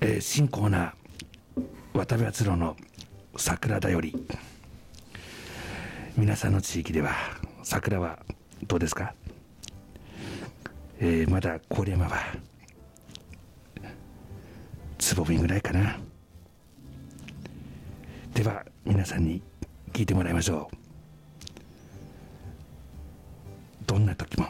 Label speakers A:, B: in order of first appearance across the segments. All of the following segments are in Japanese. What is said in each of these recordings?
A: えー新コーナー渡部篤郎の桜だより皆さんの地域では桜はどうですか、えーまだ郡山はつぼみぐらいかなでは皆さんに聞いてもらいましょうどんな時も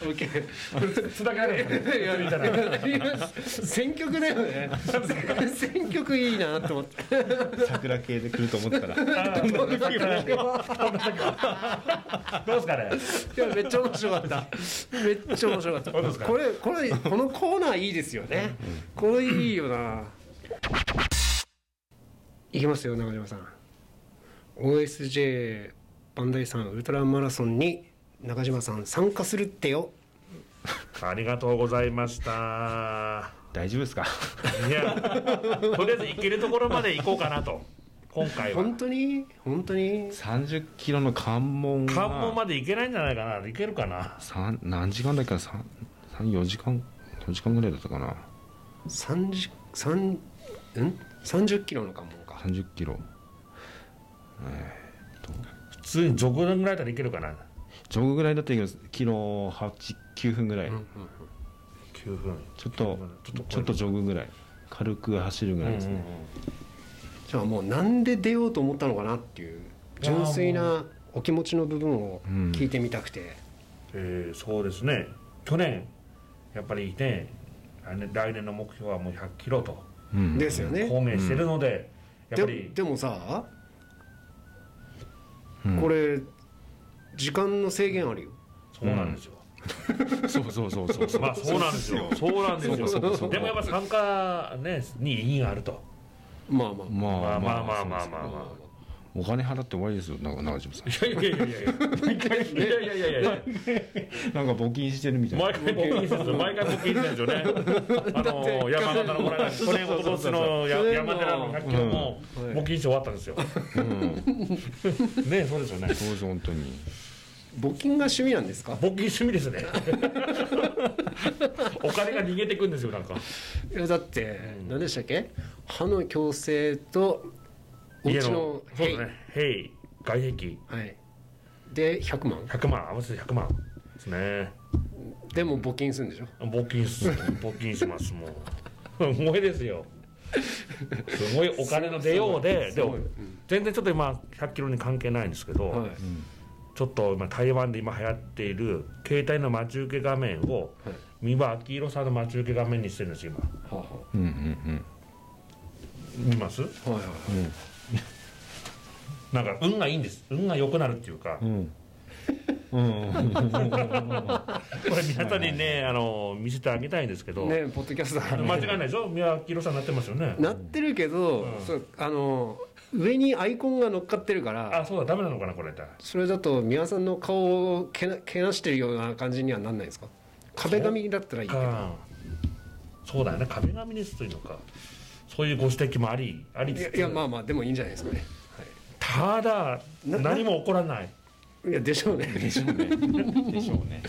B: オッケー。つながる。みたいな。選曲だよね。選曲いいなと思って。
C: 桜系で来ると思ったら
D: どうですかね
B: いやめっちゃ面白かった。めっちゃ面白かった。
D: 本当ですか
B: これこれこのコーナーいいですよね。これいいよな。いきますよ中島さん。OSJ バンダイさんウルトラマラソンに中島さん参加するってよ。
D: ありがとうございました
C: 大丈夫ですか
D: いやとりあえず行けるところまで行こうかなと今回は
B: 本当に本当に。
C: 30キロの関門が
D: 関門まで行けないんじゃないかな行けるかな
C: さん何時間だっけな34時間4時間ぐらいだったかな
B: 三十三ん三十キロの関門か。
C: 30キロ
D: 普通にジョグぐらいだったらいけるかな
C: ジョグぐらいだったけどキロ89分ぐらい、
D: 9分
C: ちょっと
D: ちょっと
C: ちょっとジョグぐらい軽く走るぐらいですね、
B: じゃあもうなんで出ようと思ったのかなっていう純粋なお気持ちの部分を聞いてみたくて、
D: えーそうですね去年やっぱりね来年来年の目標はもう1 0 0キロと
C: うん
B: ですよね、
D: 公言してるので、やっぱり
B: ででもさ、
C: うん
B: これ時間の制限あるよ
D: そうなんですよ、
C: そうそうそうそうそう
D: まあそうなんですよそうなんです
C: そうかそうかそうか
D: よでもやっぱ参加、ね、に意義があると
B: まあまあ
C: ま
D: ま
C: あま
D: あま
C: あ
D: あ
C: ま
D: ま
C: あま
D: あま
C: あ
D: あ
B: まあ
C: まあ
D: まあま
C: お金払って終わりですよな中島さん
D: あいやいやいやいやいやいやいやいやいや
C: なんか募金してるみたいな
D: 毎回募金してるんですよ毎回募金してるんですよねあの山形のこの間去年おととしのや
B: そうそうそう
D: 山寺の百景も
B: うん
D: 募金して終わったんですよねそうですよね
C: そうです本当に
B: 募金が趣味なんですか
D: 募金趣味ですねお金が逃げてくんですよなんか
B: いやだって、何でしたっけ歯の矯正とお家の
D: そう
B: 塀
D: ですねヘイ外壁
B: はいで100万
D: 100万合わせて100万ですね
B: でも募金するんでしょ
D: 募金っす募金しますもうすごいですよすごいお金の出ようですで
B: ご
D: も
B: い
D: 全然ちょっと今100キロに関係ないんですけど、
B: はい、
D: ちょっと今台湾で今流行っている携帯の待ち受け画面を
B: はい
D: 三輪明宏さんの待ち受け画面にしてるんです今
B: はあ
C: うんうん
D: 見ます
B: はあはいはいはい
D: なんか運がいいんです運が良くなるっていうか、
C: うんうんうん
D: これ皆さんにねあの見せてあげたいんですけど、
B: ねポッドキャスター
D: 間違いないでしょ三輪明宏さんになってますよね
B: なってるけど、そうあの上にアイコンが乗っかってるから
D: あそうだダメなのかなこれって
B: それだと宮さんの顔をけなけなしてるような感じにはなんないですか壁紙だったらいいけど
D: かそうだよね壁紙ですというのかそういうご指摘もありあり
B: い
D: つ
B: や
D: つ
B: いやまあまあでもいいんじゃないですかね、
D: ただ
B: な
D: 何も起こらない
B: はい、いやでしょうね
C: でしょうね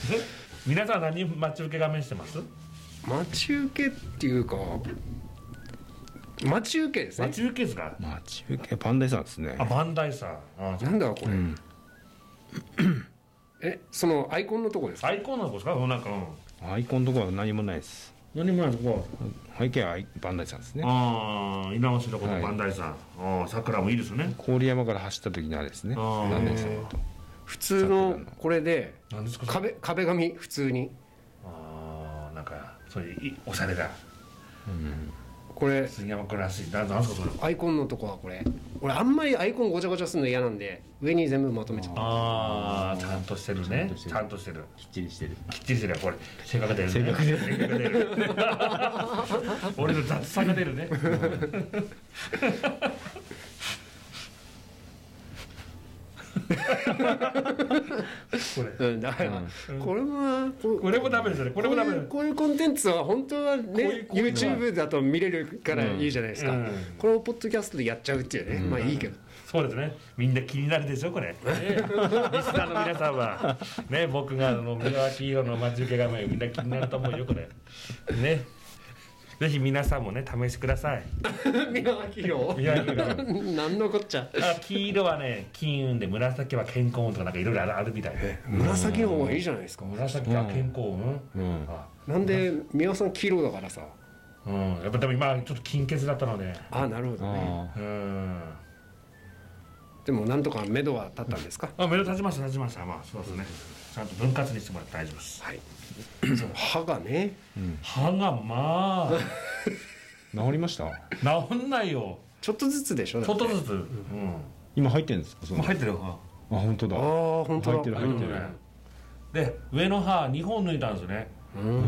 D: 皆さん何待ち受け画面してます
B: 待ち受けっていうか待ち受けです
D: 待
B: ね
D: ち受け図が
C: 待ち受けパンダイさんですね
D: あバンダイさんあ
B: なんだこれ、
C: ん
B: えそのアイコンのとこですか
D: 最高なとこですかそのなんかうん
C: アイコンのとこは何もないです
D: 何もないとこ
C: 背景はアイパンダイさんですね
D: ああ稲しのこ
C: は
D: の
C: い
D: バンダイさんああ桜もいいですね
C: 郡山から走った時のあれですね
D: あー
C: パンダイさんと
B: 普通のこれで
D: 何ですかそれ
B: 壁壁紙普通に
D: ああなんかそういういおしゃれだ
B: これ
D: 杉山君らしいななんすかそれ
B: アイコンのとこはこれ俺あんまりアイコンごちゃごちゃするの嫌なんで上に全部まとめちゃった
D: ああちゃんとしてるね
C: ち
D: ち
C: ゃ
D: ゃ
C: ん
D: んとしてる
C: きっちりしてる
D: きっちりしてるよこれ性格出るね性格出る 俺の雑さが出るねこれ
B: うんだから、これもこ
D: これもダメですよねこれもダメ
B: こ
D: だ
B: ういうこういうコンテンツは本当はね YouTube だと見れるからいいじゃないですか、
D: うん
B: これをポッドキャストでやっちゃうっていうね、まあいいけど
D: そうですねみんな気になるでしょこれ、ねリスナーの皆さんはね僕があの三輪明宏の待ち受け画面みんな気になると思うよこれねぜひ皆さんもね試してください
B: 三輪明宏
D: 宮城の
B: 何のこっちゃ
D: あ黄色はね金運で紫は健康運とかなんかいろいろあるみたいで
B: 紫の方がいいじゃないですか
D: 紫は健康運
C: うん
D: あ
B: なんで三輪さん黄色だからさ
D: うんやっぱでも今ちょっと金欠だったので
B: ああなるほどね
C: あ
D: うん
B: でもなんとか目処は立ったんですか
D: あ目立ちました立ちましたまあそうですねちゃんと分割にしてもらって大丈夫です
B: はいそう歯がね
D: 歯がま
C: あ
D: あ
C: 治りました
D: 治んないよ
B: ちょっとずつでしょだ
D: ちょ
B: っ
D: ってとずつうん
C: 今入ってんですかその
D: 入ってるよ歯
C: あ本当だ
B: ああ本当だ
C: 入ってる入ってる
D: で上の歯2本抜いたんですよね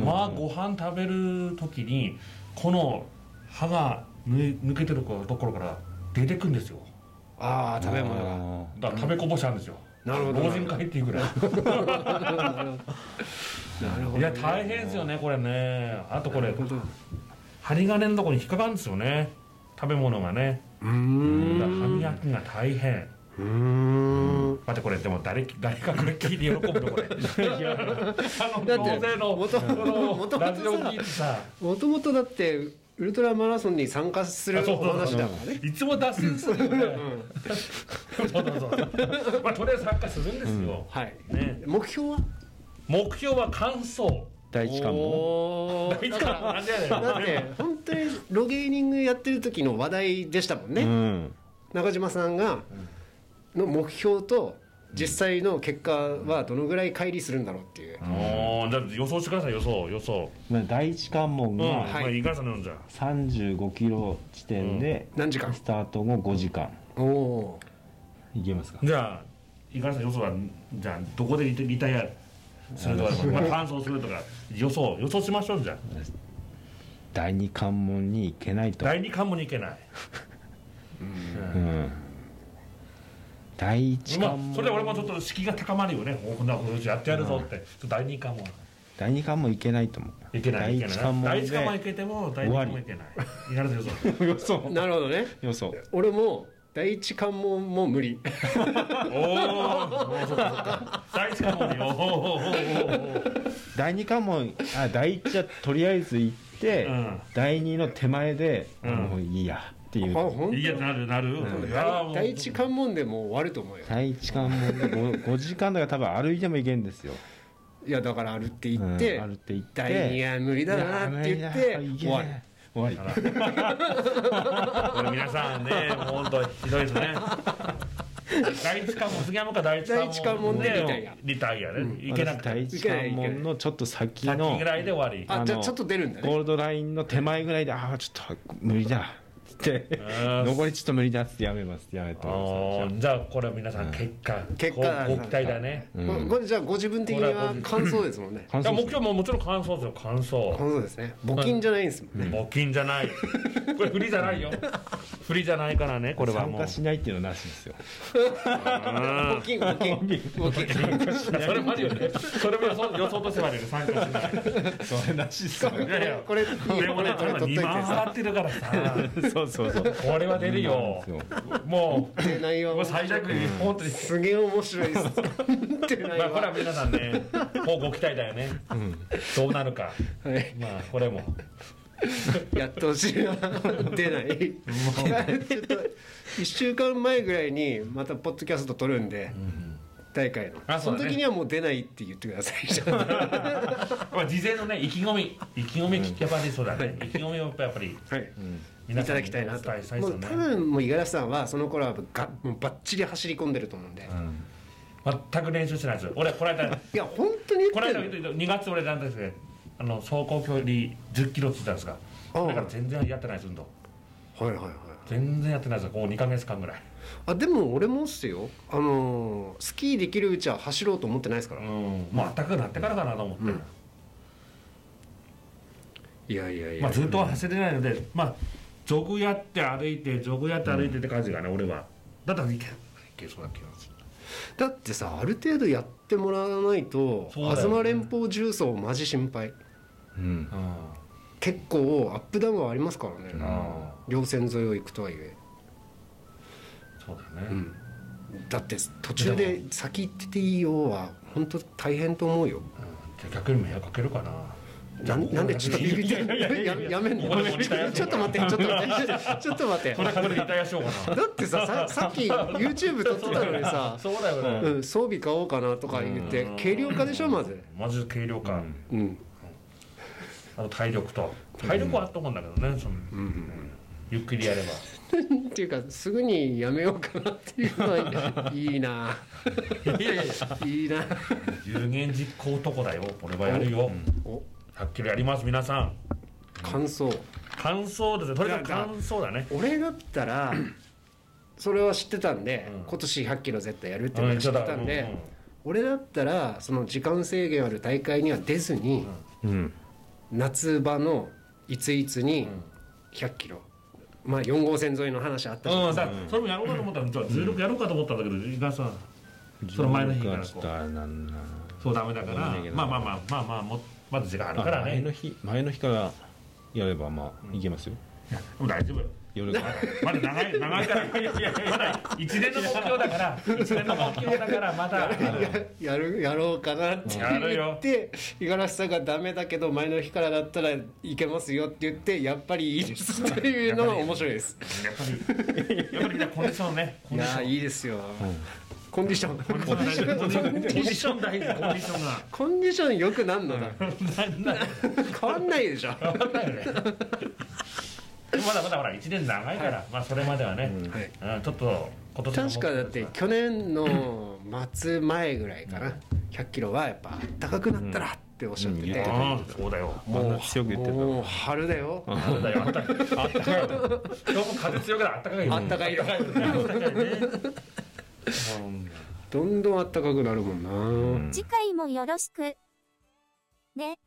D: まあご飯食べる時にこの歯が抜い抜けてるところから出てくんですよ
B: ああ食べ物が
C: が
D: だから食べこぼしあるんですよ
B: なるほど
D: 老人会っていうぐらい
B: なるほど
D: いや大変ですよねこれねあとこれ
B: なるほど
D: 針金のところに引っかかるんですよね食べ物がね
B: うー
D: だから
B: ん
D: 歯磨きが大変
B: うーん
D: 待ってこれでも誰誰かこれ聞いて喜ぶのこれいやあの
B: だって
D: 大勢の
B: 元々
D: こ
B: 元々
D: のラジオ聞いてさ
B: もともとだってウルトラマラソンに参加する
D: あそうそう
B: お話だからね
D: いつも脱線するよね。そうそうそう。まあとりあえず参加するんですよ。
B: はい
D: ね、
B: 目標は
D: 目標は完 走。
C: 第一関門
B: おー
D: いつからなんでやねん
B: だって本当にロゲーニングやってる時の話題でしたもんね、
C: うん
B: 中島さんがの目標と実際の結果はどのぐらい乖離するんだろうっていう、
D: もうだって予想してください予想予想。
E: まあ第一関門
D: うん。
E: が
D: はい。いかさなんじゃ。
E: 35キロ地点で
B: 何時間
E: スタート後5時間
B: おお
E: いけますか
D: じゃあいかさん予想はじゃあどこでリタリタイアするとか、まあ完走するとか予想予想しましょうじゃあ。
E: 第二関門に行けないと、
D: 第二関門に行けない。
E: うん、第一
D: ま
E: 関
D: あ
E: 門、
D: それで俺もちょっと敷居が高まるよね。おこんなことやってやるぞって。ちょっと第二関門。
E: 第二関門行けないと思う
D: いけないいけ
E: 第一
D: ない
E: 関門で
D: 第一関門いけても第二関門いけないやるぞ
E: 予想
B: なるほどね
E: 予想
B: 俺も第一関門も無理
D: おおそうかそうか第一関門よおー
E: 第二関門あ第一はとりあえず行って、
D: うん
E: 第二の手前で、
D: うん
E: もういいやってい
B: あ
E: う
B: 本
D: いやなるなるいやも
B: 当
D: う
B: 第一関門でもう終わると思うよ
E: 第一関門で 5, 時間だから多分歩いても行けんですよ
B: いやだから歩って行って、
E: うん歩いて行って
B: 第二は無理だなって言って
E: いや
B: 終わる
E: 終わり
D: これ皆さんねもう本当ひどいです ね第一関門杉山か第一関門
B: 第一関門でリタイア
D: リタイアねいけなく
E: 私第
D: て
E: 一関門のちょっと先
D: さっき
E: の
D: ぐらいで終わ
B: あじゃあ
E: あの
B: ちょっと出るんだ
E: ゴー
B: ね
E: ルドラインの手前ぐらいでああちょっと無理だっつって
D: あー
E: 上りちょっと無理だっつってやめますやめて
D: り
E: ま
D: おーじゃあこれは皆さん結果
B: 結果
D: ごご期待だね
E: すうん
B: これじゃあご自分的には感想ですもんね
E: 感
D: じゃあ
E: 想
D: 目標ももちろん感想ですよ感想
B: 感想ですね募金じゃないんですもんね、
D: 募金じ ゃないこれ振りじゃないよ振りじゃないからねこれは
E: 参
D: もう
E: 加しないっていうのはなしですよ
B: 募金募金募金
D: それもあるよねそれも予想予想としてはあるよね参加しない
E: それなしです よ
D: いやいや
B: これ
D: でもね
B: これ取っ
D: 今
B: といて
D: 2万
B: さ
D: 払ってるからさ
E: そうそうそう
D: これは出るよ
E: そうなんです
D: も
B: って内
D: う
B: 容
D: もう
B: は
D: 最弱に本当に
B: すげえ面白いですって内
D: まあ
B: 容
D: これは
B: は
D: 皆さんねもうご期待だよねどうなるか
B: はい
D: まあこれも
B: やってほしいな出ないちょっと1週間前ぐらいにまたポッドキャスト撮るんで大会の
D: あ
B: そ
D: そう
B: の
D: だね
B: 時にはもう出ないって言ってください
D: まあ事前のね意気込み意気込みやっぱりそうだね意気込みをやっぱり
B: はい
D: 皆
B: いた
D: さん
B: だ
D: に
B: きたいな
D: お
B: と
D: 伝えしたいで
B: も
D: すよ
B: う
D: ね
B: 多分もう五十嵐さんはその頃はがもうバッチリ走り込んでると思うんで
D: 全く練習してないです俺こ の間
B: いや本当に
D: こ
B: 言
D: の
B: って
D: 間
B: る
D: 2月俺なんですねあの走行距離1 0キロって言ったんですが
B: うん
D: だから全然やってないです運動
B: はいはいはい
D: 全然やってないですこう2か月間ぐらい
B: あでも俺もっすよあのースキーできるうちは走ろうと思ってないですから、
D: うんまあ暖かくなってからかなと思って、
B: うんいやいやいや、
D: まあ、ずっとは走れないのでまあジョグやって歩いてジョグやって歩いてって感じがね、俺はだったらいけいけそうだけど
B: だってさある程度やってもらわないと、
D: そうだよね
B: 東連邦重曹マジ心配
E: うん
D: う
B: 結構アップダウンはありますからね、
D: んああ
B: 稜線沿いを行くとはいえ、
D: そうだね、
B: うん、だって途中で先行ってていいよは本当大変と思うよ
D: じゃあ逆に迷惑かけるかな
B: なんなんでちょっとビビってる
D: いやいやいや
B: や
D: いや
B: やめんの
D: これもリタイアし
B: ちょ
D: よう
B: っと待ってちょっと待ってちょっと待って
D: これこれでリタイアしようか
B: だってさささっき YouTube 撮ってたのにさ
D: な、 そうだよね、
B: うん、装備買おうかなとか言って軽量化でしょまず、
D: マジ軽量感、
B: うん、
D: あと体力と体力はあったもんだけどね、そのゆっくりやれば
B: っていうかすぐにやめようかなっていうのはいい ない
D: やいやいや
B: いいな
D: 有言実行とこだよ俺はやるよ、
B: お
D: はっきりやります皆さん
B: 感想
D: 感想ですねとにかく
B: いやだ
D: 感想だね
B: 俺だったらそれは知ってたんで、
D: うん
B: 今年100キロ絶対やるっていうのは知ってたんで、俺だったらその時間制限ある大会には出ずに、
C: うん
B: 夏場のいついつに
D: ん
B: 100キロ、まあ4号線沿いの話あった
D: う
B: じゃん、
D: んうん、だからそれもやろうかと思ったら、じゃあ重力やろうかと思ったんだけど、時間さ、その前の日からこう
C: ちょっとあれなんだな
D: そうダメだから
C: ダメだけ、ど
D: まあまあまあ、まあまあ、もまだ時間あるから
C: 前
D: ね。
C: の日前の日からやればまあいけますよ
D: もう大丈夫。
C: 夜 から
D: まだ長 い、長いから、まだ一年の目標だから、一年の目標だから、まだ。
B: やるやろうかなって
D: やる
B: 言
D: よ
B: って五十嵐さんが「ダメだけど前の日からだったらいけますよ」って言って「やっぱりいいです」っていうのが面白いです
D: やっぱり、やっぱりね、コンディションね。
B: い
D: コンデ
B: やー
D: ィション。
B: いいですよ、コンディション
D: コンディション大事。コンディション大事。コンディションが。
B: コンディション良くなんのだ、
D: なんなん
B: 変わんないでしょ、は
D: だよねまだまだほら1年長いから、まあそれまではね、うん
B: い、
D: ちょっと今年の
B: 確かだって去年の末前ぐらいかな100キロはやっぱ暖かくなったらっておっしゃってて、
D: ああそうだよ
C: あんな強く言ってた
B: もう春だよ
D: あれだよあったあったかいよ今日も風強くなあったかいよ
B: あったかいよ
D: あったかいよねうん
B: どんどん暖かくなるもんな、
C: うん
F: 次回もよろしくね